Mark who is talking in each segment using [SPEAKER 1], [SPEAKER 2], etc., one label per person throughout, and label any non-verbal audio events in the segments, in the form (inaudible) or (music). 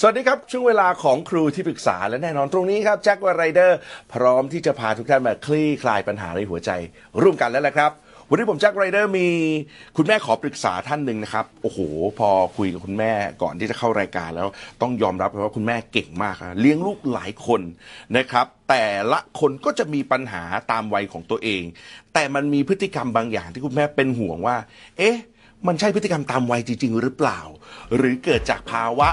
[SPEAKER 1] สวัสดีครับ ช่วงเวลาของครูที่ปรึกษาและแน่นอนตรงนี้ครับแจ็ควาไรเดอร์ พร้อมที่จะพาทุกท่านมาคลี่คลายปัญหาในหัวใจ ร่วมกันแล้วละครับ วันนี้ผมแจ็คไรเดอร์มีคุณแม่ขอปรึกษาท่านหนึ่งนะครับ โอ้โห พอคุยกับคุณแม่ก่อนที่จะเข้ารายการแล้ว ต้องยอมรับเลยว่าคุณแม่เก่งมากนะเลี้ยงลูกหลายคนนะครับ แต่ละคนก็จะมีปัญหาตามวัยของตัวเอง แต่มันมีพฤติกรรมบางอย่างที่คุณแม่เป็นห่วงว่า เอ๊ะ มันใช่พฤติกรรมตามวัยจริง ๆ หรือเปล่า หรือเกิดจากภาวะ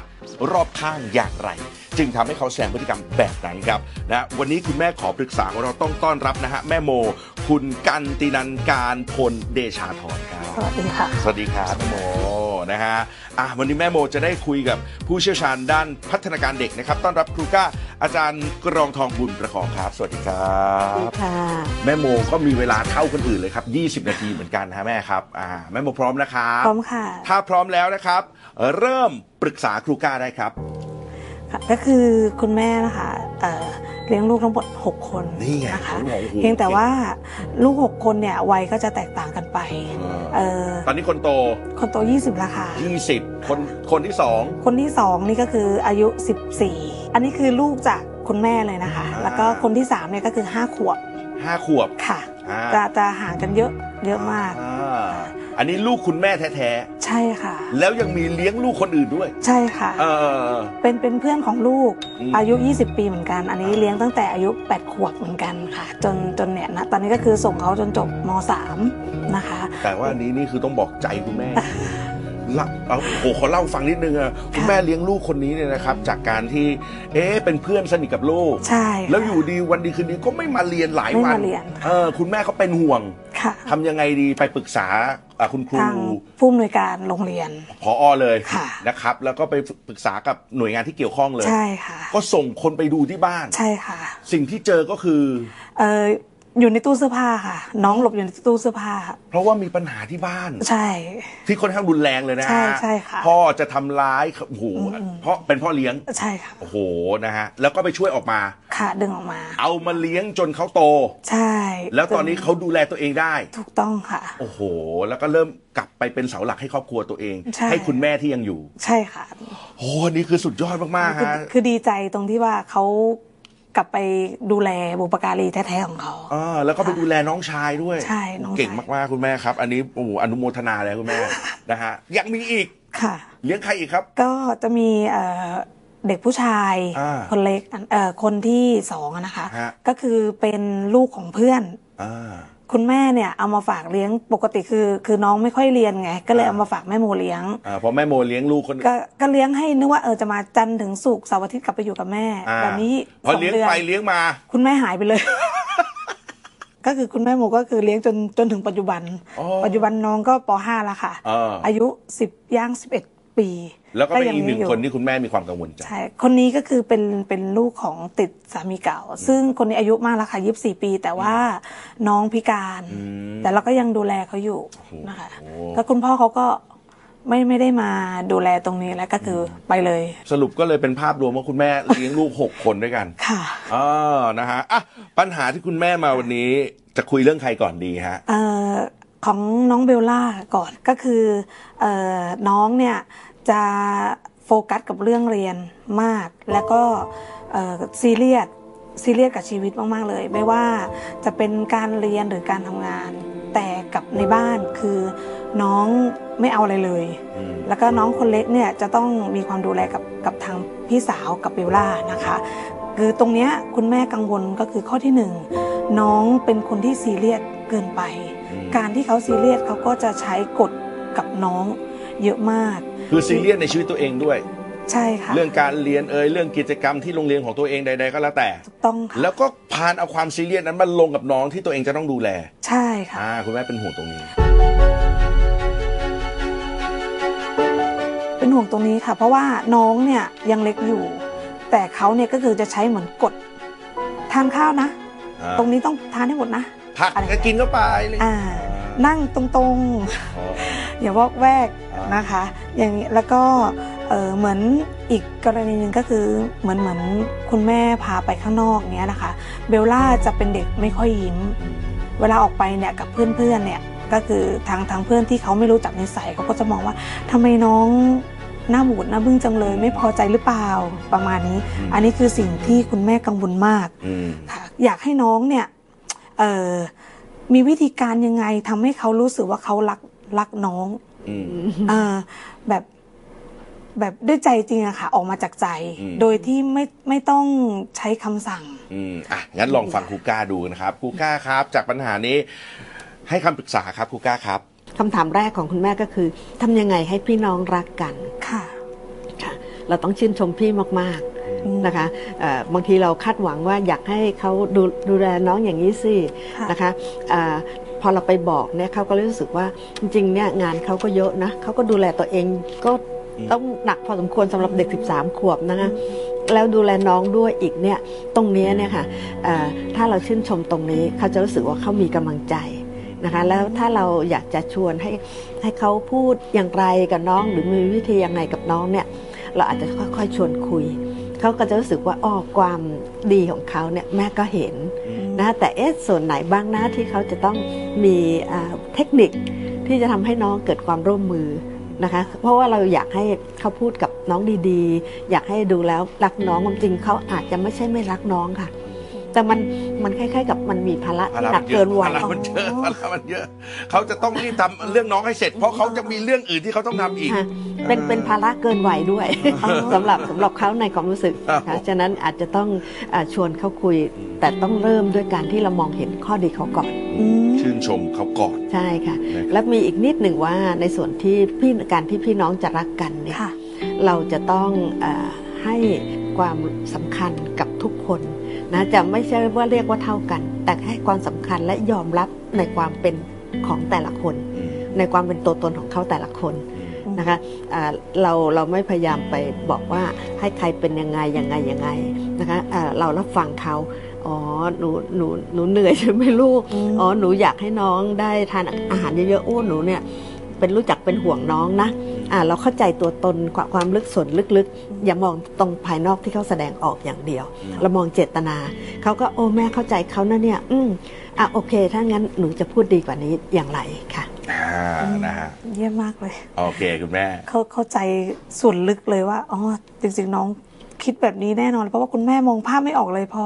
[SPEAKER 1] รอบข้างอย่างไร จึงทำให้เขาแสดงพฤติกรรมแบบนั้นครับนะวันนี้คุณแม่ขอปรึกษาของเราต้องต้อนรับนะฮะแม่โม คุณกันตินันการพลเดชาธรครั
[SPEAKER 2] ส
[SPEAKER 1] บ
[SPEAKER 2] วัสดีค่ะ
[SPEAKER 1] สวัสดีครับแม่โมนะฮะอ่ะวันนี้แม่โมจะได้คุยกับผู้เชี่ยวชาญด้านพัฒนาการเด็กนะครับ ต้อนรับครูก้าอาจารย์กรองทองบุญประกอบครับ สวัสดีครับ
[SPEAKER 2] ค่ะ
[SPEAKER 1] แม่โมก็มีเวลาเท่าคนอื่นเลยครับ 20 นาทีเหมือนกันนะฮะแม่ครับอ่าแม่โมพร้อมนะครับ
[SPEAKER 2] พร้อมค่ะ
[SPEAKER 1] ถ้าพร้อมแล้วนะครับ เริ่มปรึกษาครูก้าได้ครับ
[SPEAKER 2] ค่ะ ก็คือคุณแม่นะคะเอ่อเลี้ยงลูกทั้งหมด 6 คน
[SPEAKER 1] นี่ไง
[SPEAKER 2] นะคะ
[SPEAKER 1] โอ้โห
[SPEAKER 2] เพียงแต่ว่าลูก 6 คนเนี่ยวัยก็จะแตกต่างกันไปเอ่อ
[SPEAKER 1] ตอนนี้คนโต
[SPEAKER 2] คนโต 20แล้วค่ะ
[SPEAKER 1] 20 คนคนที่ 2
[SPEAKER 2] คนที่ 2 นี่ก็คืออายุ 14 อันนี้คือลูกจากคุณแม่เลยนะคะ
[SPEAKER 1] อ่า
[SPEAKER 2] แล้วก็คนที่3เนี่ยก็คือ 5 ขวบ
[SPEAKER 1] 5ขวบ
[SPEAKER 2] ค่ะ
[SPEAKER 1] อ่า
[SPEAKER 2] จะจะห่างกันเยอะเยอะมาก
[SPEAKER 1] อ่อันนี้ลูกคุณแม่แท้
[SPEAKER 2] ใช่ค่ะ
[SPEAKER 1] ๆ แล้วยังมีเลี้ยงลูกคนอื่นด้วย
[SPEAKER 2] ใช่ค่ะ
[SPEAKER 1] เออ
[SPEAKER 2] เป็นเป็นเพื่อนของลูก
[SPEAKER 1] อืม
[SPEAKER 2] อายุ 20 ปีเหมือนกัน อันนี้เลี้ยงตั้งแต่อายุ 8 ขวบเหมือนกันค่ะ จนจนเนี่ยนะตอนนี้ก็คือส่งเขาจนจบม .3 นะคะ
[SPEAKER 1] แต่ว่าอันนี้นี่คือต้องบอกใจคุณแม่ ละเอาโอ้โหขอเล่าฟังนิดนึงอะคุณแม่เลี้ยงลูกคนนี้เนี่ยนะครับ จากการที่ เอ๊ะเป็นเพื่อนสนิทกับลูก
[SPEAKER 2] ใช่ค่ะ
[SPEAKER 1] แล้วอยู่ดีวันดีคืนดีก็ไม่มาเรียนหลาย
[SPEAKER 2] ไม่
[SPEAKER 1] วัน
[SPEAKER 2] มาเรียน
[SPEAKER 1] เออคุณแม่เขาเป็นห่วง
[SPEAKER 2] ค่ะ
[SPEAKER 1] ทำยังไงดีไปปรึกษาอ่ะคุณครู
[SPEAKER 2] ทางผู้อำนวยการโรงเรียน
[SPEAKER 1] พออเลย
[SPEAKER 2] ค่ะ
[SPEAKER 1] นะครับ แล้วก็ไปปรึกษากับหน่วยงานที่เกี่ยวข้องเลย
[SPEAKER 2] ใช่ค่ะ
[SPEAKER 1] ก็ส่งคนไปดูที่บ้าน
[SPEAKER 2] ใช่ค่ะ
[SPEAKER 1] สิ่งที่เจอก็คือ
[SPEAKER 2] เอออยู่ในตู้เสื้อผ้าค่ะ น้องหลบอยู่ในตู้เสื้อผ้า
[SPEAKER 1] เพราะว่ามีปัญหาที่บ้าน
[SPEAKER 2] ใช่
[SPEAKER 1] ที่ค่อนข้างรุนแรงเลยนะ
[SPEAKER 2] ใช่
[SPEAKER 1] ฮะ
[SPEAKER 2] ใช่ค่ะ
[SPEAKER 1] พ่อจะทำร้ายโอ้โห
[SPEAKER 2] อืม
[SPEAKER 1] เพราะเป็นพ่อเลี้ยง
[SPEAKER 2] ใช่ค่ะ
[SPEAKER 1] โอ้โหนะฮะแล้วก็ไปช่วยออกมา
[SPEAKER 2] ค่ะดึงออกมา
[SPEAKER 1] เอามาเลี้ยงจนเขาโต
[SPEAKER 2] ใช่
[SPEAKER 1] แล้วตอนนี้เขาดูแลตัวเองได้
[SPEAKER 2] ถูกต้องค่ะ
[SPEAKER 1] โอ้โห แล้วก็เริ่มกลับไปเป็นเสาหลักให้ครอบครัวตัวเอง
[SPEAKER 2] ใช่
[SPEAKER 1] ให้คุณแม่ที่ยังอยู่
[SPEAKER 2] ใช่ค่ะ
[SPEAKER 1] โอ้โหนี่คือสุดยอดมากๆ
[SPEAKER 2] คือ
[SPEAKER 1] ฮะ
[SPEAKER 2] คือดีใจตรงที่ว่าเขากลับไปดูแลบุปการีแท้ ๆ ของเขา
[SPEAKER 1] อ่าแล้วก็ไปดูแลน้องชายด้วย
[SPEAKER 2] ใช่น้องชาย
[SPEAKER 1] เก่งมากๆคุณแม่ครับ อันนี้โอ้โหอนุโมทนาเลย
[SPEAKER 2] (laughs)
[SPEAKER 1] คุณแม่ นะฮะยังมีอีก
[SPEAKER 2] ค่ะ
[SPEAKER 1] เลี้ยงใครอีกครับ
[SPEAKER 2] ก็จะมีเอ่อเด็กผู้ชาย
[SPEAKER 1] อ่า
[SPEAKER 2] คนเล็กอันเอ่อคนที่สองอะนะคะ
[SPEAKER 1] ฮะ
[SPEAKER 2] ก็คือเป็นลูกของเพื่อน
[SPEAKER 1] อ่า
[SPEAKER 2] คุณแม่เนี่ยเอามาฝากเลี้ยงปกติคือ คือน้องไม่ค่อยเรียนไง ก็เลย
[SPEAKER 1] อ่า
[SPEAKER 2] เอามาฝากแม่โมเลี้ยง
[SPEAKER 1] อ่าเพอแม่โมเลี้ยงลูกคน
[SPEAKER 2] ก็ก็เลี้ยงให้นึกว่าเออจะมาจันทร์ถึงศุกร์เสาร์อาทิตย์กลับไปอยู่กับแม่
[SPEAKER 1] อ่า
[SPEAKER 2] แบบนี้
[SPEAKER 1] พอ
[SPEAKER 2] สอง
[SPEAKER 1] เลี้ยง
[SPEAKER 2] เดือน
[SPEAKER 1] ไปเลี้ยงมา
[SPEAKER 2] คุณแม่หายไปเลย (laughs) ก็คือคุณแม่โมก็คือเลี้ยงจนจนถึงปัจจุบัน
[SPEAKER 1] อ๋อ
[SPEAKER 2] ปัจจุบันน้องก็ป .5 แล้วค่ะ
[SPEAKER 1] เออ
[SPEAKER 2] อายุ 10 ย่าง 11 ปี
[SPEAKER 1] แล้วก็เป็น
[SPEAKER 2] ยั
[SPEAKER 1] อีกหนึ่ง
[SPEAKER 2] ยู่
[SPEAKER 1] คนที่คุณแม่มีความกังวลใจ
[SPEAKER 2] ใช่ คนนี้ก็คือเป็นเป็นลูกของติดสามีเก่า ซึ่งคนนี้อายุมากแล้วค่ะ 24 ปี แต่ว่าน้องพิการ
[SPEAKER 1] อืม
[SPEAKER 2] แต่เราก็ยังดูแลเขาอยู่
[SPEAKER 1] โอ้โห
[SPEAKER 2] นะคะก็คุณพ่อเขาก็ไม่ไม่ได้มาดูแลตรงนี้แล้วก็คืออไปเลย
[SPEAKER 1] สรุปก็เลยเป็นภาพรวมว่าคุณแม่เลี้ยงลูก (laughs) 6 คนด้วยกัน
[SPEAKER 2] ค่ะ
[SPEAKER 1] อ่านะฮะอ่ะปัญหาที่คุณแม่มาวันนี้จะคุยเรื่องใครก่อนดีฮะ
[SPEAKER 2] เอ่อของน้องเบลล่าก่อนก็คือเอ่อน้องเนี่ยจะโฟกัสกับเรื่องเรียนมาก แล้วก็เอ่อซีเรียสซีเรียสกับชีวิตมาก ๆ เลย ไม่ว่าจะเป็นการเรียนหรือการทำงาน แต่กับในบ้านคือน้องไม่เอาอะไรเลย
[SPEAKER 1] อืม
[SPEAKER 2] แล้วก็น้องคนเล็กเนี่ยจะต้องมีความดูแลกับกับทางพี่สาวกับเบลล่านะคะ คือตรงเนี้ยคุณแม่กังวลก็คือข้อที่หนึ่งน้องเป็นคนที่ซีเรียสเกินไป
[SPEAKER 1] อืม
[SPEAKER 2] การที่เขาซีเรียสเขาก็จะใช้กฎกับน้องเยอะมาก
[SPEAKER 1] คือซีเรียสในชีวิตตัวเองด้วย
[SPEAKER 2] ใช่ค่ะ
[SPEAKER 1] เรื่องการเรียนเอ่ยเรื่องกิจกรรมที่โรงเรียนของตัวเองใด ๆ ก็แล้วแต่
[SPEAKER 2] ถูกต้องค่ะ
[SPEAKER 1] แล้วก็พานเอาความซีเรียสนั้นมาลงกับน้องที่ตัวเองจะต้องดูแล
[SPEAKER 2] ใช่ค่ะ
[SPEAKER 1] อ่าคุณแม่เป็นห่วงตรงนี้
[SPEAKER 2] เป็นห่วงตรงนี้ค่ะ เพราะว่าน้องเนี่ยยังเล็กอยู่ แต่เขาเนี่ยก็คือจะใช้เหมือนกฎทานข้าวนะ
[SPEAKER 1] อ่า
[SPEAKER 2] ตรงนี้ต้องทานให้หมดนะ
[SPEAKER 1] ผัก
[SPEAKER 2] อะไร
[SPEAKER 1] ก็กินเข้าไปอะไรอย่าง
[SPEAKER 2] อ่า
[SPEAKER 1] เงี้ย
[SPEAKER 2] นั่งตรงๆ
[SPEAKER 1] อ๋อ
[SPEAKER 2] อย่าวอกแวก
[SPEAKER 1] อ่าน
[SPEAKER 2] นะคะ อย่างนี้แล้วก็เอ่อเหมือนอีกกรณีหนึ่งก็คือเหมือนเหมือนคุณแม่พาไปข้างนอกเนี้ยนะคะ เบลล่าจะเป็นเด็กไม่ค่อยยิ้ม เวลาออกไปเนี่ยกับเพื่อนๆเนี่ยก็คือทางทางเพื่อนที่เขาไม่รู้จักนิสัยเขาก็จะมองว่าทำไมน้อง หน้าบูดหน้าบึ้งจังเลยไม่พอใจหรือเปล่าประมาณนี้
[SPEAKER 1] อืม
[SPEAKER 2] อันนี้คือสิ่งที่คุณแม่กังวลมาก
[SPEAKER 1] อืม
[SPEAKER 2] ค่ะอยากให้น้องเนี่ยเอ่อมีวิธีการยังไงทำให้เขารู้สึกว่าเขารักรักน้อง
[SPEAKER 1] อืม
[SPEAKER 2] เอ่อแบบแบบด้วยใจจริงอะค่ะ ออกมาจากใจ
[SPEAKER 1] อืม
[SPEAKER 2] โดยที่ไม่ไม่ต้องใช้คำสั่ง
[SPEAKER 1] อืมอ่ะงั้นลองฟังครูก้าดูนะครับครูก้าครับ จากปัญหานี้ ให้คำปรึกษาครับครูก้าครับ
[SPEAKER 3] คำถามแรกของคุณแม่ก็คือทำยังไงให้พี่น้องรักกัน
[SPEAKER 2] ค่ะ
[SPEAKER 3] ค่ะ เราต้องชื่นชมพี่มาก
[SPEAKER 2] อืม
[SPEAKER 3] ๆนะคะเอ่อบางทีเราคาดหวังว่าอยากให้เขาดูดูแลน้องอย่างนี้สิ
[SPEAKER 2] ค่ะ
[SPEAKER 3] นะคะเอ่อพอเราไปบอกเนี่ยเขาก็รู้สึกว่าจริงๆเนี่ยงานเขาก็เยอะนะเขาก็ดูแลตัวเองก็
[SPEAKER 1] อืม
[SPEAKER 3] ต้องหนักพอสมควรสำหรับเด็ก 13 ขวบนะคะแล้วดูแลน้องด้วยอีกเนี่ยตรงเนี้ยเนี่ยค่ะเอ่อถ้าเราชื่นชมตรงนี้เขาจะรู้สึกว่าเขามีกำลังใจ นะคะแล้วถ้าเราอยากจะชวนให้ให้เขาพูดอย่างไรกับน้อง หรือมีวิธียังไงกับน้องเนี่ยเราอาจจะค่อยๆชวนคุย เขาก็จะรู้สึกว่าอ้อความดีของเขาเนี่ยแม่ก็เห็นนะแต่เอ๊ะส่วนไหนบ้างนะที่เขาจะต้องมีอ่าเทคนิคที่จะทำให้น้องเกิดความร่วมมือนะคะเพราะว่าเราอยากให้เขาพูดกับน้องดีๆ อยากให้ดูแล้วรักน้องความจริงเขาอาจจะไม่ใช่ไม่รักน้องค่ะ แต่มันมันคล้ายๆ กับมันมีภาระ
[SPEAKER 1] ภา
[SPEAKER 3] ที่
[SPEAKER 1] ระ
[SPEAKER 3] หนั
[SPEAKER 1] มั
[SPEAKER 3] ก
[SPEAKER 1] นเย
[SPEAKER 3] เกิ
[SPEAKER 1] อะ
[SPEAKER 3] นวั
[SPEAKER 1] ภาย ระมันเยอะภาระมันเยอะเขาจะต้องรีบทำเรื่องน้องให้เสร็จ เพราะเขาจะมีเรื่องอื่นที่เขาต้องทำอีก
[SPEAKER 3] ค่ะเป็นเป็นภาระเกินไหวยด้วย สำหรับสำหรับเขาในความรู้สึกนะ
[SPEAKER 1] ครั
[SPEAKER 3] คะ
[SPEAKER 1] บ
[SPEAKER 3] ฉะนั้นอาจจะต้องอาชวนเขาคุย แต่ต้องเริ่มด้วยการที่เรามองเห็นข้อดีเขาก่อน
[SPEAKER 2] อืม
[SPEAKER 1] ชื่นชมเขาก่อน
[SPEAKER 3] ใช่ค่ะ
[SPEAKER 1] นะครับ
[SPEAKER 3] และมีอีกนิดหนึ่งว่าในส่วนที่พี่การที่พี่น้องจะรักกันเนี่ย
[SPEAKER 2] ค่ะ
[SPEAKER 3] เราจะต้องอาให้ความสำคัญกับทุกคนนะจะไม่ใช่ว่าเรียกว่าเท่ากัน แต่ให้ความสำคัญและยอมรับในความเป็นของแต่ละคน
[SPEAKER 1] อืม
[SPEAKER 3] ในความเป็นตัวตนของเขาแต่ละคน
[SPEAKER 1] อืม
[SPEAKER 3] นะคะอ่าเราเราไม่พยายามไปบอกว่าให้ใครเป็นยังไงยังไงยังไงนะคะอ่าเรารับฟังเขาอ๋อหนูหนูหนูเหนื่อยใช่ไหมลูก
[SPEAKER 2] อืม
[SPEAKER 3] อ๋อหนูอยากให้น้องได้ทานอาหารเยอะๆอู้หนูเนี่ยเป็นรู้จักเป็นห่วงน้องนะอ่าเราเข้าใจตัวตนความความลึกส่วนลึกๆ อย่ามองตรงภายนอกที่เขาแสดงออกอย่างเดียว เรามองเจตนาเขาก็โอ้แม่เข้าใจเขานะเนี่ยอืมอ่ะโอเค ถ้างั้นหนูจะพูดดีกว่านี้อย่างไรค่ะ
[SPEAKER 1] อ่านะฮะ
[SPEAKER 2] เยี่ยมมากเลย
[SPEAKER 1] โอเคคุณแม่
[SPEAKER 2] เขาเข้าใจส่วนลึกเลยว่าอ๋อจริงๆน้องคิดแบบนี้แน่นอน เพราะว่าคุณแม่มองภาพไม่ออกเลยพอ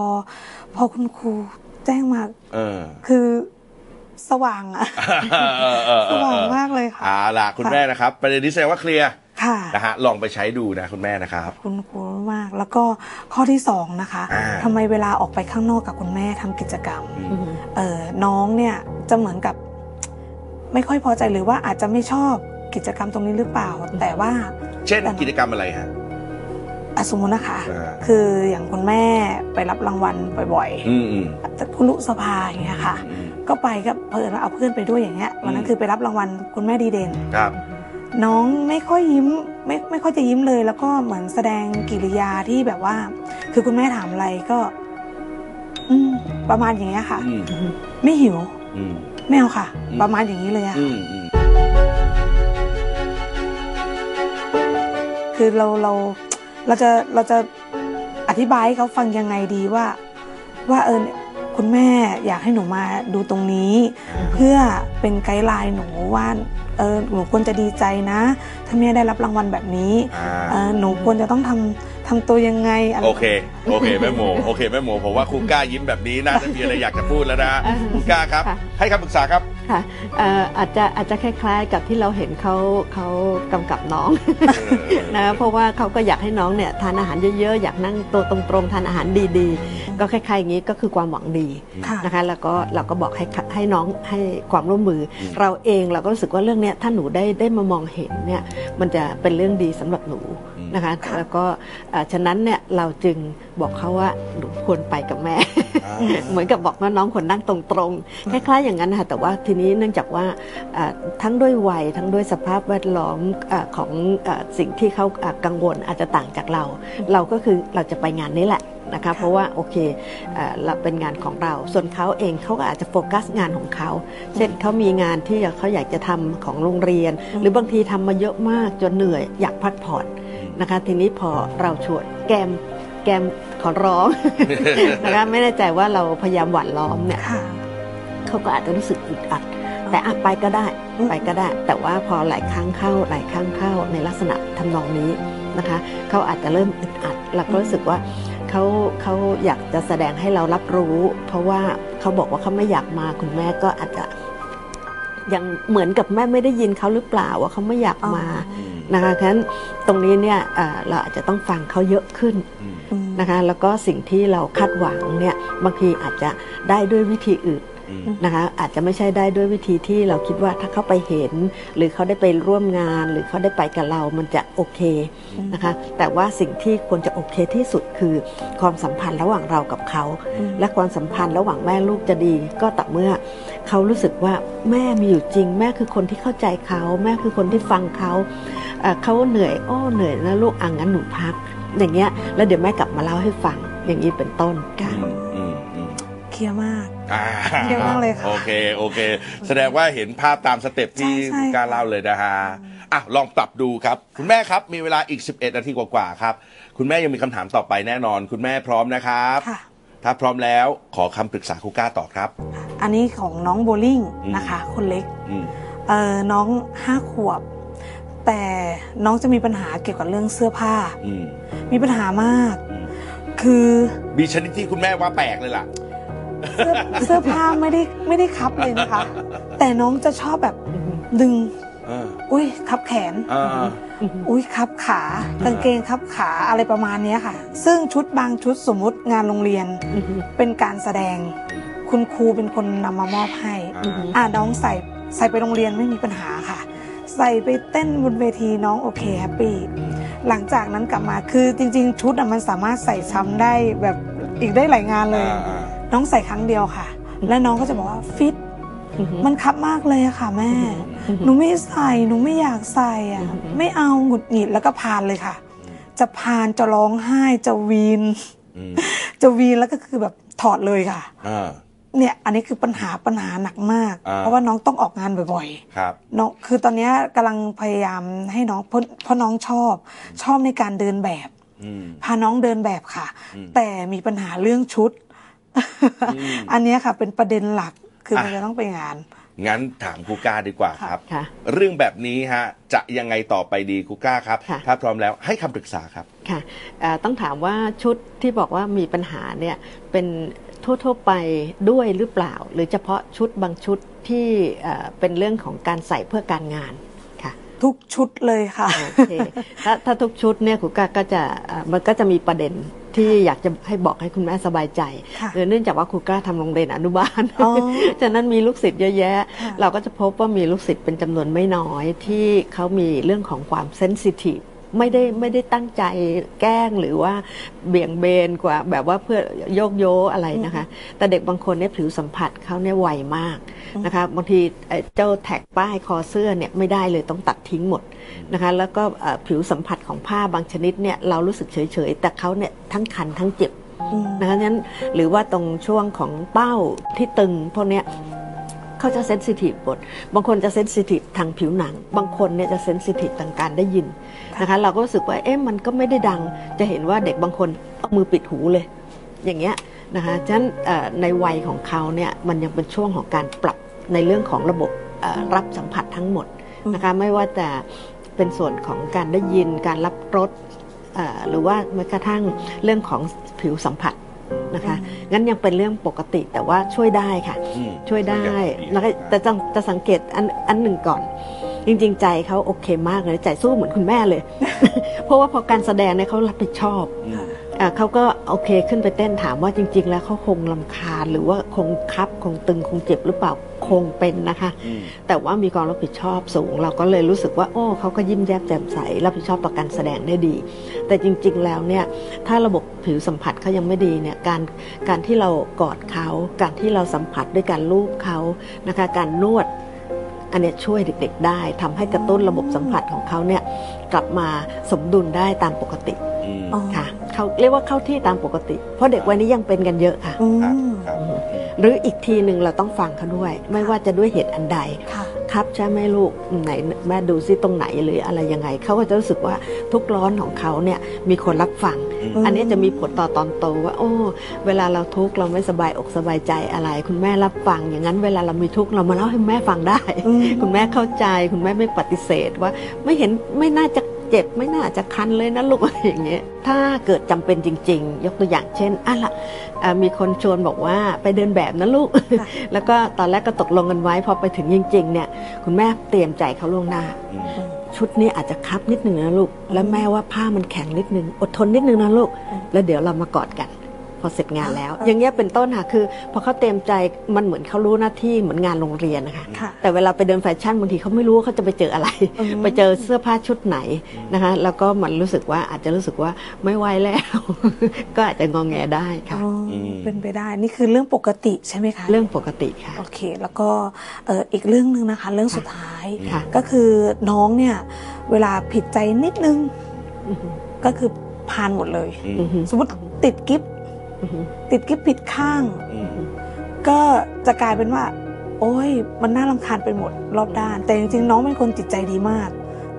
[SPEAKER 2] พอคุณครูแจ้งมา
[SPEAKER 1] เออ
[SPEAKER 2] คือสว่างอะ
[SPEAKER 1] เอ (laughs) อเออ
[SPEAKER 2] ส
[SPEAKER 1] เออ
[SPEAKER 2] ว่าง
[SPEAKER 1] เออ
[SPEAKER 2] (laughs) มากเลยค่ะ
[SPEAKER 1] เอาล่ะคุณแม่นะครับ ประเด็นนี้แสดงว่าเคลียร์
[SPEAKER 2] ค่ะ
[SPEAKER 1] นะฮะลองไปใช้ดูนะคุณแม่นะครับ
[SPEAKER 2] คุณครูมาก แล้วก็ข้อที่สองนะคะ
[SPEAKER 1] อ่า
[SPEAKER 2] ทำไมเวลาออกไปข้างนอกกับคุณแม่ทำกิจกรรม
[SPEAKER 1] อืม
[SPEAKER 2] เอ่อน้องเนี่ยจะเหมือนกับ ไม่ค่อยพอใจหรือว่าอาจจะไม่ชอบกิจกรรมตรงนี้หรือเปล่า แต่ว่า
[SPEAKER 1] เช่น
[SPEAKER 2] แต่น้อง
[SPEAKER 1] กิจกรรมอะไรฮะ
[SPEAKER 2] อะสมมตินะคะ
[SPEAKER 1] อ่า
[SPEAKER 2] คืออย่างคุณแม่ไปรับรางวัลบ่อย
[SPEAKER 1] อืมอืม
[SPEAKER 2] ๆแต่คุณลุสภาอย่างเงี้ยค่ะ
[SPEAKER 1] อืม
[SPEAKER 2] ก็ไปก็เพิ่นเอาเพื่อนไปด้วยอย่างเงี้ยวันนั้
[SPEAKER 1] อื
[SPEAKER 2] น
[SPEAKER 1] ม
[SPEAKER 2] คือไปรับรางวัลคุณแม่ดีเด่น
[SPEAKER 1] ครับ
[SPEAKER 2] น้องไม่ค่อยยิ้มไม่ไม่ค่อยจะยิ้มเลย แล้วก็เหมือนแสดงกิริยาที่แบบว่า คือคุณแม่ถามอะไรก็ อืม ประมาณอย่างเงี้ยค่ะ
[SPEAKER 1] อืม
[SPEAKER 2] ไม่หิว
[SPEAKER 1] อืม
[SPEAKER 2] ไม่เอาค่ะ
[SPEAKER 1] อืม
[SPEAKER 2] ประมาณอย่างนี้เลยอะ
[SPEAKER 1] อื
[SPEAKER 2] ค่ะ
[SPEAKER 1] มอืม
[SPEAKER 2] คือเราเราเราจะเราจะอธิบายให้เขาฟังยังไงดีว่า ว่าเออเนี่ยคุณแม่อยากให้หนูมาดูตรงนี้ เพื่อเป็นไกด์ไลน์หนูว่าเออหนูควรจะดีใจนะ ถ้าแม่ได้รับรางวัลแบบนี้
[SPEAKER 1] อ่
[SPEAKER 2] เอา อหนูควรจะต้องทำทำตัวยังไงอะไร
[SPEAKER 1] โอเค โอเคแม่โมโอเคแม่โมผมว่าครูก้ายิ้มแบบนี้น่าจะมีอะไรอยากจะพูดแล้วนะครูก้าครับ
[SPEAKER 3] ค่ะ
[SPEAKER 1] ให้คำปรึกษา
[SPEAKER 2] (laughs)
[SPEAKER 1] ครับ
[SPEAKER 3] ค่ะเอ่ออาจจะอาจจะคล้าย ๆ กับที่เราเห็นเขาเขากำกับน้อง (laughs) นะเพราะว่าเขาก็อยากให้น้องเนี่ยทานอาหารเยอะๆ อยากนั่งตัวตรงๆ ทานอาหารดีๆ ก็คล้ายๆอย่างนี้ก็คือความหวังดี
[SPEAKER 2] ค่ะ
[SPEAKER 3] นะคะแล้วก็เราก็บอกให้ให้น้องให้ความร่วมมืออ
[SPEAKER 1] ม
[SPEAKER 3] เราเองเราก็รู้สึกว่าเรื่องเนี้ยถ้าหนูได้ได้มามองเห็นเนี่ยมันจะเป็นเรื่องดีสำหรับหนูนะคะ
[SPEAKER 2] ค่ะ
[SPEAKER 3] แล้วก็เอ่อฉะนั้นเนี่ยเราจึงบอกเขาว่าหนูควรไปกับแม่
[SPEAKER 1] อ่า
[SPEAKER 3] (laughs) เหมือนกับบอกว่าน้องคนนั่งตรงๆ คล้ายๆอย่างนั้นนะคะแต่ว่าทีนี้เนื่องจากว่าเอ่อทั้งด้วยวัยทั้งด้วยสภาพแวดล้อมเออของเออสิ่งที่เขาเอ่อกังวลอาจจะต่างจากเรา เราก็คือเราจะไปงานนี้แหละนะคะเพราะว่าโอเคเอ่อเราเป็นงานของเรา ส่วนเขาเองเขาก็อาจจะโฟกัสงานของเขา เช่นเขามีงานที่เขาอยากจะทำของโรงเรียน หรือบางทีทำมาเยอะมากจนเหนื่อยอยากพักผ่อนนะคะ ทีนี้พอเราชวนแกมแกมขอร้อง นะคะไม่แน่ใจว่าเราพยายามหวานล้อมเนี่ย
[SPEAKER 2] ค่ะ
[SPEAKER 3] เขาก็อาจจะรู้สึกอึดอัด แต่อ่ะไปก็ได้
[SPEAKER 2] อืม
[SPEAKER 3] ไปก็ได้ แต่ว่าพอหลายครั้งเข้าหลายครั้งเข้าในลักษณะทำนองนี้นะคะเขาอาจจะเริ่มอึดอัดเราก็รู้สึกว่าเขาเขาอยากจะแสดงให้เรารับรู้ เพราะว่าเขาบอกว่าเขาไม่อยากมาคุณแม่ก็อาจจะยังเหมือนกับแม่ไม่ได้ยินเขาหรือเปล่าว่าเขาไม่อยากมา
[SPEAKER 1] อืม
[SPEAKER 3] นะคะฉะนั้นตรงนี้เนี่ยเอ่อเราอาจจะต้องฟังเขาเยอะขึ้น
[SPEAKER 1] อืม
[SPEAKER 2] อืม
[SPEAKER 3] นะคะ แล้วก็สิ่งที่เราคาดหวังเนี่ยบางทีอาจจะได้ด้วยวิธีอื่น
[SPEAKER 1] อืม
[SPEAKER 3] นะคะ อาจจะไม่ใช่ได้ด้วยวิธีที่เราคิดว่าถ้าเขาไปเห็น หรือเขาได้ไปร่วมงาน หรือเขาได้ไปกับเรา มันจะโอเคนะคะ แต่ว่าสิ่งที่ควรจะโอเคที่สุดคือความสัมพันธ์ระหว่างเรากับเขา
[SPEAKER 2] อืม
[SPEAKER 3] และความสัมพันธ์ระหว่างแม่ลูกจะดีก็ต่อเมื่อ เขารู้สึกว่าแม่มีอยู่จริง แม่คือคนที่เข้าใจเขา แม่คือคนที่ฟังเขาเอ่อเขาเหนื่อย โอ้เหนื่อยนะลูกอ่ะงั้นหนูพัก อย่างเงี้ยแล้วเดี๋ยวแม่กลับมาเล่าให้ฟังอย่างนี้เป็นต้นค่ะ
[SPEAKER 1] อืมอืมอืม
[SPEAKER 2] เคลียร์มาก
[SPEAKER 1] อ่า
[SPEAKER 2] เยอะมากเลยค่ะ
[SPEAKER 1] โอเคโอเค แสดงว่าเห็นภาพตามสเต็ปที่
[SPEAKER 2] ใช่ใช่
[SPEAKER 1] คุณการเล่าเลยนะฮะอ่ะลองปรับดูครับ คุณแม่ครับมีเวลาอีก 11 นาทีกว่าๆครับ คุณแม่ยังมีคำถามต่อไปแน่นอน คุณแม่พร้อมนะครับ
[SPEAKER 2] ค่ะ
[SPEAKER 1] ถ้าพร้อมแล้วขอคำปรึกษาครูก้าต่อครับ
[SPEAKER 2] อันนี้ของน้องโบลิ่ง
[SPEAKER 1] อืม
[SPEAKER 2] นะคะ คนเล็ก
[SPEAKER 1] อืม
[SPEAKER 2] เออน้องห้าขวบ แต่น้องจะมีปัญหาเกี่ยวกับเรื่องเสื้อผ้า
[SPEAKER 1] อืม
[SPEAKER 2] มีปัญหามาก
[SPEAKER 1] อืม
[SPEAKER 2] คือ
[SPEAKER 1] มีชนิดที่คุณแม่ว่าแปลกเลยล่ะ
[SPEAKER 2] เสื้อ (laughs) เสื้อผ้าไม่ได้ไม่ได้คับเลยนะคะ แต่น้องจะชอบแบบดึง
[SPEAKER 1] เออ
[SPEAKER 2] อุ้ยคับแขน
[SPEAKER 1] อ่า
[SPEAKER 2] อุ้ยครับขากางเกงครับขาอะไรประมาณเนี้ยค่ะ ซึ่งชุดบางชุดสมมุติงานโรงเรียนเป็นการแสดง คุณครูเป็นคนนำมามอบให้
[SPEAKER 1] อ่า
[SPEAKER 2] อ่าน้องใส่ใส่ไปโรงเรียนไม่มีปัญหาค่ะ ใส่ไปเต้นบนเวทีน้องโอเคแฮปปี้หลังจากนั้นกลับมาคือจริง ๆ ชุดอะมันสามารถใส่ซ้ำได้แบบอีกได้หลายงานเลย
[SPEAKER 1] อ่าอ่า
[SPEAKER 2] น้องใส่ครั้งเดียวค่ะ และน้องก็จะบอกว่าฟิตมันคับมากเลยอะค่ะ แม่ หนูไม่ใส่หนูไม่อยากใส่อะ
[SPEAKER 3] อือหือ
[SPEAKER 2] ไม่เอาหงุดหงิดแล้วก็พานเลยค่ะ จะพานจะร้องไห้จะวีน (laughs)
[SPEAKER 1] อืม
[SPEAKER 2] จะวีนแล้วก็คือแบบถอดเลยค่ะ
[SPEAKER 1] อ่า
[SPEAKER 2] เนี่ยอันนี้คือปัญหาปัญหาหนักมาก
[SPEAKER 1] อ่า
[SPEAKER 2] เพราะว่าน้องต้องออกงานบ่อย
[SPEAKER 1] ครับ
[SPEAKER 2] ๆน้องคือตอนเนี้ยกำลังพยายามให้น้องเพราะเพราะน้องชอบชอบในการเดินแบบ
[SPEAKER 1] อืม
[SPEAKER 2] พาน้องเดินแบบค่ะ
[SPEAKER 1] อืม
[SPEAKER 2] แต่มีปัญหาเรื่องชุด
[SPEAKER 1] ม
[SPEAKER 2] (laughs) อันเนี้ยค่ะ เป็นประเด็นหลักคือมัน
[SPEAKER 1] อ่ะ
[SPEAKER 2] จะต้องไปงาน
[SPEAKER 1] งั้นถามครูก้าดีกว่าครับ
[SPEAKER 3] ค่ะ
[SPEAKER 1] เรื่องแบบนี้ฮะ จะยังไงต่อไปดีครูก้าครับ
[SPEAKER 3] ค่ะ
[SPEAKER 1] ถ้าพร้อมแล้วให้คำปรึกษาครับ
[SPEAKER 3] ค่ะเอ่อต้องถามว่าชุดที่บอกว่ามีปัญหาเนี่ยเป็นทั่วๆไปด้วยหรือเปล่า หรือเฉพาะชุดบางชุดที่เอ่อเป็นเรื่องของการใส่เพื่อการงานค่ะ
[SPEAKER 2] ทุกชุดเลยค่ะ
[SPEAKER 3] โอเคถ้าถ้าทุกชุดเนี่ยครูกาก็จะเอ่อมันก็จะมีประเด็นที่อยากจะให้บอกให้คุณแม่สบายใจ
[SPEAKER 2] ค่ะ
[SPEAKER 3] เออเนื่องจากว่าครูกาทำโรงเรียนอนุบาล
[SPEAKER 2] อ๋อ
[SPEAKER 3] (laughs) ฉะนั้นมีลูกศิษย์เยอะแยะ
[SPEAKER 2] ค่ะ
[SPEAKER 3] เราก็จะพบว่ามีลูกศิษย์เป็นจำนวนไม่น้อยที่เขามีเรื่องของความเซนซิทีฟไม่ได้ไม่ได้ตั้งใจแกล้งหรือว่าเบี่ยงเบนกว่าแบบว่าเพื่อโยกโยอะไรนะคะ แต่เด็กบางคนเนี่ยผิวสัมผัสเขาเนี่ยไวมากนะคะบางทีไอ้เจ้าแท็กป้ายคอเสื้อเนี่ยไม่ได้เลยต้องตัดทิ้งหมด นะคะแล้วก็เอ่อผิวสัมผัสของผ้าบางชนิดเนี่ยเรารู้สึกเฉยๆ แต่เขาเนี่ยทั้งคันทั้งเจ็บ
[SPEAKER 2] อืม
[SPEAKER 3] นะคะนั้นหรือว่าตรงช่วงของเป้าที่ตึงพวกเนี้ยเขาจะเซนซิทีฟหมดบางคนจะเซนซิทีฟทางผิวหนัง บางคนเนี่ยจะเซนซิทีฟทางการได้ยินนะคะเราก็รู้สึกว่าเอ๊ะมันก็ไม่ได้ดังจะเห็นว่าเด็กบางคนเอามือปิดหูเลย อย่างเงี้ยนะคะฉะนั้นเอ่อในวัยของเขาเนี่ยมันยังเป็นช่วงของการปรับในเรื่องของระบบเอ่อรับสัมผัสทั้งหมดนะคะไม่ว่าจะเป็นส่วนของการได้ยินการรับรสเอ่อหรือว่าแม้กระทั่งเรื่องของผิวสัมผัสนะคะงั้นยังเป็นเรื่องปกติแต่ว่าช่วยได้ค่ะ
[SPEAKER 1] อืม
[SPEAKER 3] ช่วยได้
[SPEAKER 1] ช่วยได้
[SPEAKER 3] แล้วก็แต่จะจะสังเกตอันอันหนึ่งก่อน จริงๆ ใจเขาโอเคมากเลยใจสู้เหมือนคุณแม่เลย (laughs) เพราะว่าพอการแสดงเนี่ยเขารับผิดชอบ
[SPEAKER 1] อืม
[SPEAKER 3] อ่ะเขาก็โอเคขึ้นไปเต้นถามว่าจริง ๆ แล้วเขาคงลำคาญหรือว่าคงคับคงตึงคงเจ็บหรือเปล่าคงเป็นนะคะ
[SPEAKER 1] อืม
[SPEAKER 3] แต่ว่ามีความรับผิดชอบสูง เราก็เลยรู้สึกว่า โอ้เขาก็ยิ้มแย้มแจ่มใสรับผิดชอบต่อการแสดงได้ดี แต่จริง ๆ แล้วเนี่ยถ้าระบบผิวสัมผัสเขายังไม่ดีเนี่ยการการที่เรากอดเขาการที่เราสัมผัสด้วยการลูบเขานะคะการนวด อันเนี้ยช่วยเด็กๆ ได้ทำให้กระตุ้นระบบสัมผัสของเขาเนี่ยกลับมาสมดุลได้ตามปกติ
[SPEAKER 1] อืม
[SPEAKER 2] อ๋อ
[SPEAKER 3] ค่ะ เข้า เขาเรียกว่าเข้าที่ตามปกติ เพราะเด็กวัยนี้ยังเป็นกันเยอะค่ะ
[SPEAKER 2] อื
[SPEAKER 1] ครับ
[SPEAKER 2] ม
[SPEAKER 1] ครับ
[SPEAKER 3] หรืออีกทีหนึ่งเราต้องฟังเขาด้วย ไม่ว่าจะด้วยเหตุอันใด
[SPEAKER 2] ค่ะ
[SPEAKER 3] ครับใช่ไหมลูกไหนแม่ดูซิตรงไหนหรืออะไรยังไงเขาก็จะรู้สึกว่าทุกร้อนของเขาเนี่ยมีคนรับฟัง
[SPEAKER 2] อืม
[SPEAKER 3] อันนี้จะมีผลต่อตอนโตว่า โอ้ เวลาเราทุกข์เราไม่สบายอกสบายใจอะไร คุณแม่รับฟัง อย่างนั้นเวลาเรามีทุกข์เรามาเล่าให้แม่ฟังได้
[SPEAKER 2] อืม
[SPEAKER 3] คุณแม่เข้าใจ คุณแม่ไม่ปฏิเสธว่า ไม่เห็นไม่น่าจะเจ็บไม่น่าจะคันเลยนะลูก (laughs) อะไรอย่างเงี้ยถ้าเกิดจำเป็นจริง ๆ ยกตัวอย่างเช่นอ่ะละเอ่อมีคนชวนบอกว่าไปเดินแบบนะลูก (laughs)
[SPEAKER 2] ค่ะ
[SPEAKER 3] แล้วก็ตอนแรกก็ตกลงกันไว้พอไปถึงจริงๆเนี่ย คุณแม่เตรียมใจเขาล่วงหน้า
[SPEAKER 1] อืม
[SPEAKER 3] ชุดนี้อาจจะครับนิดหนึ่งนะลูก แล้วแม่ว่าผ้ามันแข็งนิดหนึ่งอดทนนิดหนึ่งนะลูก
[SPEAKER 2] อืม
[SPEAKER 3] แล้วเดี๋ยวเรามากอดกัน พอเสร็จงานแล้ว
[SPEAKER 2] อ่า
[SPEAKER 3] อย่างเงี้ยเป็นต้นค่ะคือพอเขาเตรียมใจมันเหมือนเขารู้หน้าที่เหมือนงานโรงเรียนนะคะ
[SPEAKER 2] ค่ะ
[SPEAKER 3] แต่เวลาไปเดินแฟชั่นบางทีเขาไม่รู้ว่าเขาจะไปเจออะไร (laughs)
[SPEAKER 2] อืม
[SPEAKER 3] ไปเจอเสื้อผ้าชุดไหนนะคะ แล้วก็มันรู้สึกว่าอาจจะรู้สึกว่าไม่ไหวแล้ว (laughs) ก็อาจจะงองแงได้ค่ะ
[SPEAKER 2] อ๋ออ
[SPEAKER 1] ม
[SPEAKER 2] เป็นไปได้นี่คือเรื่องปกติใช่ไหมคะ
[SPEAKER 3] เรื่องปกติค่ะ
[SPEAKER 2] โอเค แล้วก็เอ่ออีกเรื่องหนึ่งนะคะ เรื่องสุดท้าย
[SPEAKER 3] ค่ะ (laughs)
[SPEAKER 2] ก็คือน้องเนี่ย เวลาผิดใจนิดนึงก็คือพานหมดเลย
[SPEAKER 1] อืม
[SPEAKER 3] อือฮึ
[SPEAKER 2] สมมติติดกิฟ
[SPEAKER 3] อือฮึ
[SPEAKER 2] ติดกิฟผิดข้าง
[SPEAKER 1] อืม
[SPEAKER 2] ก็จะกลายเป็นว่า โอ้ย มันน่ารำคาญไปหมดรอบด้าน แต่จริงๆ น้องเป็นคนจิตใจดีมาก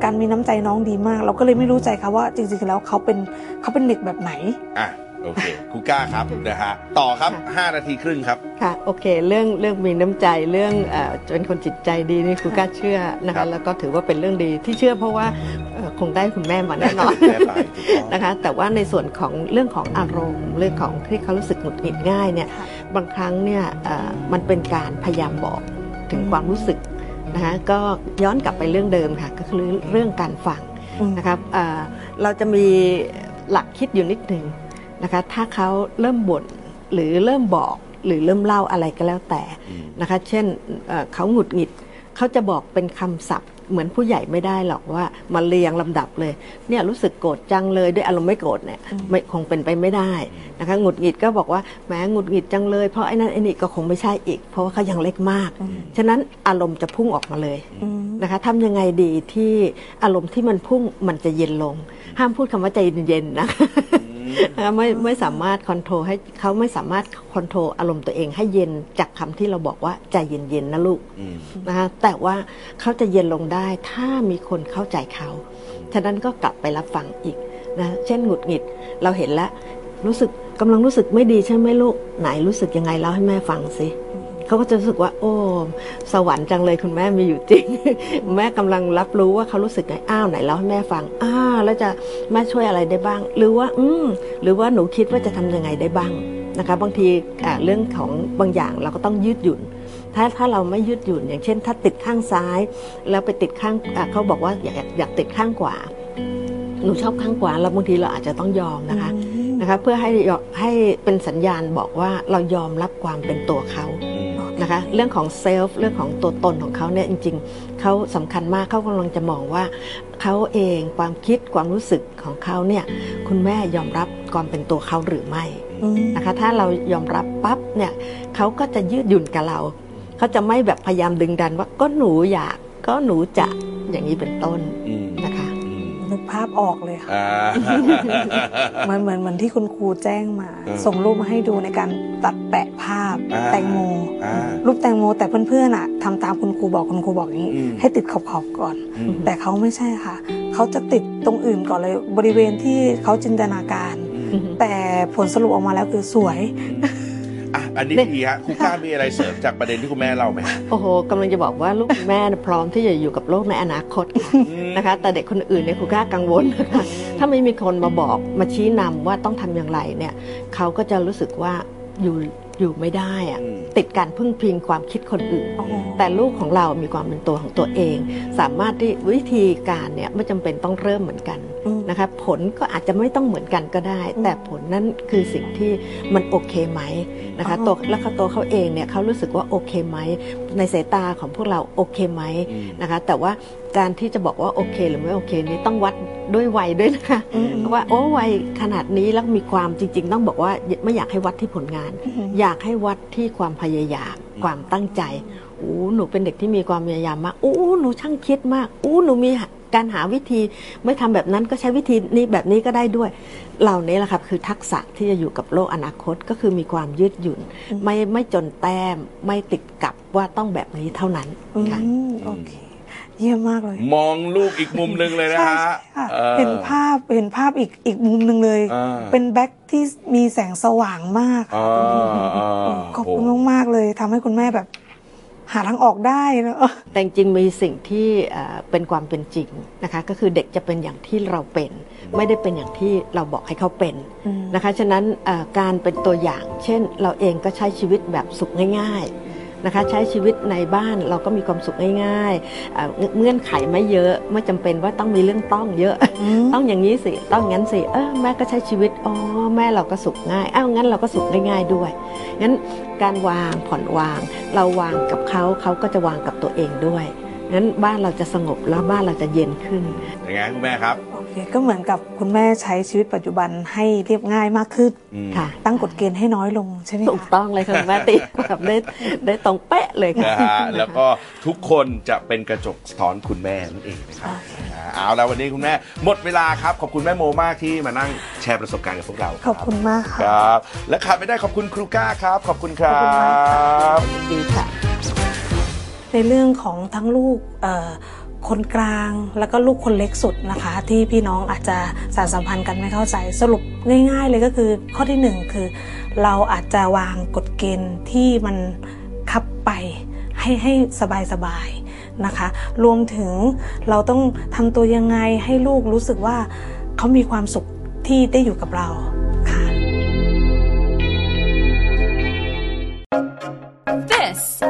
[SPEAKER 2] การมีน้ำใจน้องดีมาก เราก็เลยไม่รู้ใจเขาว่าจริงๆ แล้วเขาเป็นเขาเป็นเด็กแบบไหน
[SPEAKER 1] อ่ะ โอเคคุก้าครับนะฮะต่อครับ 5 นาทีครึ่งครับ
[SPEAKER 3] ค่ะโอเคเรื่องเรื่องมีน้ำใจเรื่องเอ่อเป็นคนจิตใจดีนี่คุณกล้าเชื่อนะ
[SPEAKER 1] ครั
[SPEAKER 3] คะ
[SPEAKER 1] บ
[SPEAKER 3] แล้วก็ถือว่าเป็นเรื่องดีที่เชื่อเพราะว่าเอ่อคงได้คุณแม่มาแน่นอน
[SPEAKER 1] แม่ไปถูกต้อง
[SPEAKER 3] นะคะแต่ว่าในส่วนของเรื่องของอารมณ์เรื่องของที่เขารู้สึกหงุดหงิดง่ายเนี่ย
[SPEAKER 2] ค่ะ
[SPEAKER 3] บางครั้งเนี่ยเอ่อมันเป็นการพยายามบอกถึง
[SPEAKER 2] อืม
[SPEAKER 3] ความรู้สึกนะคะก็ย้อนกลับไปเรื่องเดิมค่ะก็คือเรื่องการฟัง
[SPEAKER 2] อืม
[SPEAKER 3] นะครับเอ่อเราจะมีหลักคิดอยู่นิดหนึ่งนะคะ ถ้าเขาเริ่มบ่นหรือเริ่มบอกหรือเริ่มเล่าอะไรก็แล้วแต่
[SPEAKER 1] อืม
[SPEAKER 3] นะคะ เช่นเอ่อเขาหงุดหงิด เขาจะบอกเป็นคำศัพท์ เหมือนผู้ใหญ่ไม่ได้หรอกว่ามาเรียงลำดับเลย เนี่ยรู้สึกโกรธจังเลยด้วยอารมณ์ไม่โกรธเนี่ย
[SPEAKER 2] อืม
[SPEAKER 3] ไม่คงเป็นไปไม่ได้นะคะหงุดหงิดก็บอกว่าแหมหงุดหงิดจังเลยเพราะไอ้นั่นไอ้นี่ก็คงไม่ใช่อีก เพราะว่าเขายังเล็กมาก
[SPEAKER 2] อืม
[SPEAKER 3] ฉะนั้นอารมณ์จะพุ่งออกมาเลย
[SPEAKER 2] อืม
[SPEAKER 3] นะคะทำยังไงดีที่อารมณ์ที่มันพุ่งมันจะเย็นลง ห้ามพูดคำว่าใจเย็นๆนะนะคะ (laughs) ไม่ไม่สามารถคอนโทรลให้เขาไม่สามารถคอนโทรลอารมณ์ตัวเองให้เย็นจากคำที่เราบอกว่าใจเย็นๆนะลูก
[SPEAKER 1] อืม
[SPEAKER 3] นะคะแต่ว่าเขาจะเย็นลงได้ถ้ามีคนเข้าใจเขาฉะนั้นก็กลับไปรับฟังอีกนะเช่นหงุดหงิดเราเห็นแล้วรู้สึกกำลังรู้สึกไม่ดีใช่ไหมลูกไหนรู้สึกยังไงเล่าให้แม่ฟังสิ เขาก็จะรู้สึกว่า โอ้ สวรรค์จังเลยคุณแม่มีอยู่จริง (laughs) แม่กำลังรับรู้ว่าเขารู้สึกไงอ้าวไหนเล่าให้แม่ฟังอ้าวแล้วจะแม่ช่วยอะไรได้บ้าง หรือว่า อืม หรือว่าหนูคิดว่าจะทำยังไงได้บ้างนะคะ บางทีอ่าเรื่องของบางอย่างเราก็ต้องยืดหยุ่น ถ้าถ้าเราไม่ยืดหยุ่น อย่างเช่น ถ้าติดข้างซ้าย แล้วไปติดข้างอ่าเขาบอกว่าอยากอยากอยากติดข้างขวาหนูชอบข้างขวาแล้วบางทีเราอาจจะต้องยอมนะคะ นะคะเพื่อให้ยอมให้เป็นสัญญาณบอกว่าเรายอมรับความเป็นตัวเขานะคะเรื่องของเซลฟ์เรื่องของตัวตนของเขาเนี่ยจริง ๆเขาสำคัญมากเขากำลังจะมองว่าเขาเองความคิดความรู้สึกของเขาเนี่ยคุณแม่ยอมรับความเป็นตัวเขาหรือไม่
[SPEAKER 2] อืม
[SPEAKER 3] นะคะถ้าเรายอมรับปั๊บเนี่ยเขาก็จะยืดหยุ่นกับเราเขาจะไม่แบบพยายามดึงดันว่าก็หนูอยากก็หนูจะอย่างนี้เป็นต้น
[SPEAKER 1] อืม
[SPEAKER 3] นะคะ
[SPEAKER 1] อืม
[SPEAKER 2] นึกภาพออกเลยค่ะ
[SPEAKER 1] อ่า
[SPEAKER 2] เหมือนเหมือนเหมือนที่คุณครูแจ้งมา
[SPEAKER 1] อืม
[SPEAKER 2] ส่งรูปมาให้ดูในการตัดแปะภาพ
[SPEAKER 1] อ่า
[SPEAKER 2] แตงโม
[SPEAKER 1] อ่า
[SPEAKER 2] รูปแตงโมแต่เพื่อนๆอ่ะทำตามคุณครูบอกคุณครูบอกอย่างนี้
[SPEAKER 1] อืม
[SPEAKER 2] ให้ติดขอบๆก่อน
[SPEAKER 1] อืม
[SPEAKER 2] แต่เขาไม่ใช่ค่ะ เขาจะติดตรงอื่นก่อนเลยบริเวณที่เขาจินตนาการ
[SPEAKER 1] อืม
[SPEAKER 2] แต่ผลสรุปออกมาแล้วคือสวย
[SPEAKER 1] อ่ะอันนี้ดีฮะคุก้ามีอะไรเสริมจากประเด็นที่คุณแม่เล่าไหม
[SPEAKER 3] โอ้โหกำลังจะบอกว่าลูกคุณแม่น่ะพร้อมที่จะอยู่กับโลกในอนาคตค่ะ
[SPEAKER 1] อืม
[SPEAKER 3] นะคะแต่เด็กคนอื่นเนี่ยครูกล้ากังวลนะคะ (laughs) ถ้าไม่มีคนมาบอกมาชี้นำว่าต้องทำอย่างไรเนี่ยเขาก็จะรู้สึกว่าอยู่อยู่ไม่ได้อะ
[SPEAKER 1] อืม
[SPEAKER 3] ติดการพึ่งพิงความคิดคนอื่น แต่ลูกของเรามีความเป็นตัวของตัวเอง สามารถที่วิธีการเนี่ยไม่จำเป็นต้องเริ่มเหมือนกัน
[SPEAKER 2] อืม
[SPEAKER 3] นะคะผลก็อาจจะไม่ต้องเหมือนกันก็ได้
[SPEAKER 2] อืม
[SPEAKER 3] แต่ผลนั้นคือสิ่งที่มันโอเคไหมนะคะ
[SPEAKER 2] อ๋อ
[SPEAKER 3] ตัวแล้วเขาตัวเขาเองเนี่ยเขารู้สึกว่าโอเคไหมในสายตาของพวกเราโอเคไหม
[SPEAKER 1] อืม
[SPEAKER 3] นะคะแต่ว่าการที่จะบอกว่าโอเคหรือไม่โอเคนี้ต้องวัดด้วยวัยด้วยนะคะ
[SPEAKER 2] อืม
[SPEAKER 3] ว่าโอ้วัยขนาดนี้แล้วมีความจริง ๆ ต้องบอกว่าไม่อยากให้วัดที่ผลงาน
[SPEAKER 2] อืม
[SPEAKER 3] อยากให้วัดที่ความพยายามความตั้งใจอู้หนูเป็นเด็กที่มีความพยายามมากอู้หนูช่างคิดมากอู้หนูมี การหาวิธีไม่ทำแบบนั้นก็ใช้วิธีนี้แบบนี้ก็ได้ด้วย เหล่านี้แหละครับคือทักษะที่จะอยู่กับโลกอนาคตก็คือมีความยืดหยุ่น ไม่ไม่จนแต้มไม่ติดกับว่าต้องแบบนี้เท่านั้น
[SPEAKER 2] อื
[SPEAKER 3] ค่ะ
[SPEAKER 2] มโอเค เยี่ยมมากเลย
[SPEAKER 1] มองลูกอีกมุมหนึ่งเลยนะ
[SPEAKER 2] ใช่
[SPEAKER 1] ฮะ
[SPEAKER 2] ใช่ค่ะ
[SPEAKER 1] ออ
[SPEAKER 2] เห็นภาพเห็นภาพอีกอีกมุมหนึ่งเลย
[SPEAKER 1] อ่า
[SPEAKER 2] เป็นแบ็คที่มีแสงสว่างมาก
[SPEAKER 1] อ่าอ่า
[SPEAKER 2] ขอบคุณมากๆเลยทำให้คุณแม่แบบ หาทางออกได้เนอะ
[SPEAKER 3] แต่จริงๆมีสิ่งที่เอ่อเป็นความเป็นจริงนะคะ ก็คือเด็กจะเป็นอย่างที่เราเป็น ไม่ได้เป็นอย่างที่เราบอกให้เขาเป็น
[SPEAKER 2] อืม
[SPEAKER 3] นะคะฉะนั้นเอ่อการเป็นตัวอย่าง เช่น เราเองก็ใช้ชีวิตแบบสุขง่าย ๆนะคะ ใช้ชีวิตในบ้านเราก็มีความสุขง่ายๆเอ่อเงื่อนเงื่อนไขไม่เยอะไม่จำเป็นว่าต้องมีเรื่องต้องเยอะ
[SPEAKER 2] ม
[SPEAKER 3] ต้องอย่างนี้สิ ต้องงั้นสิ เออแม่ก็ใช้ชีวิต อ๋อ แม่เราก็สุขง่าย อ้าว งั้นเราก็สุขง่ายๆด้วย งั้นการวางผ่อนวาง เราวางกับเขา เขาก็จะวางกับตัวเองด้วย งั้นบ้านเราจะสงบแล้วบ้านเราจะเย็นขึ้น
[SPEAKER 1] ยังไงคุณแม่ครับ
[SPEAKER 2] โอเคก็เหมือนกับคุณแม่ใช้ชีวิตปัจจุบันให้เรียบง่ายมากขึ้น
[SPEAKER 1] อืม
[SPEAKER 3] ค่ะ
[SPEAKER 2] ตั้งกฎเกณฑ์ให้น้อยลงใช่ไหม
[SPEAKER 3] ถูก
[SPEAKER 2] คะ
[SPEAKER 3] ต้องเลยค่ะคุณแม่ติแบบได้ได้ตรงเป๊ะเลยค่ะ
[SPEAKER 1] นะฮะแล้วก็ทุกคนจะเป็นกระจกสะท้อนคุณแม่นั่นเองนะครับนะฮะเอาแล้ววันนี้คุณแม่หมดเวลาครับ ขอบคุณแม่โมมากที่มานั่งแชร์ประสบการณ์กับพวกเรา
[SPEAKER 2] ขอบคุณมาก
[SPEAKER 1] ค
[SPEAKER 2] ค่ะ
[SPEAKER 1] รับ และขาดไม่ได้ขอบคุณครูก้าครับ ขอบคุณครั
[SPEAKER 2] ขอบคุณมาก
[SPEAKER 1] บ
[SPEAKER 3] ดีค่ะ
[SPEAKER 2] ในเรื่องของทั้งลูกเอ่อคนกลางแล้วก็ลูกคนเล็กสุดนะคะ ที่พี่น้องอาจจะสารสัมพันธ์กันไม่เข้าใจสรุปง่าย ๆ เลยก็คือข้อที่หนึ่งคือ เราอาจจะวางกฎเกณฑ์ที่มันคับไปให้ให้สบายๆนะคะ รวมถึงเราต้องทำตัวยังไงให้ลูกรู้สึกว่าเขามีความสุขที่ได้อยู่กับเราค่ะ
[SPEAKER 4] This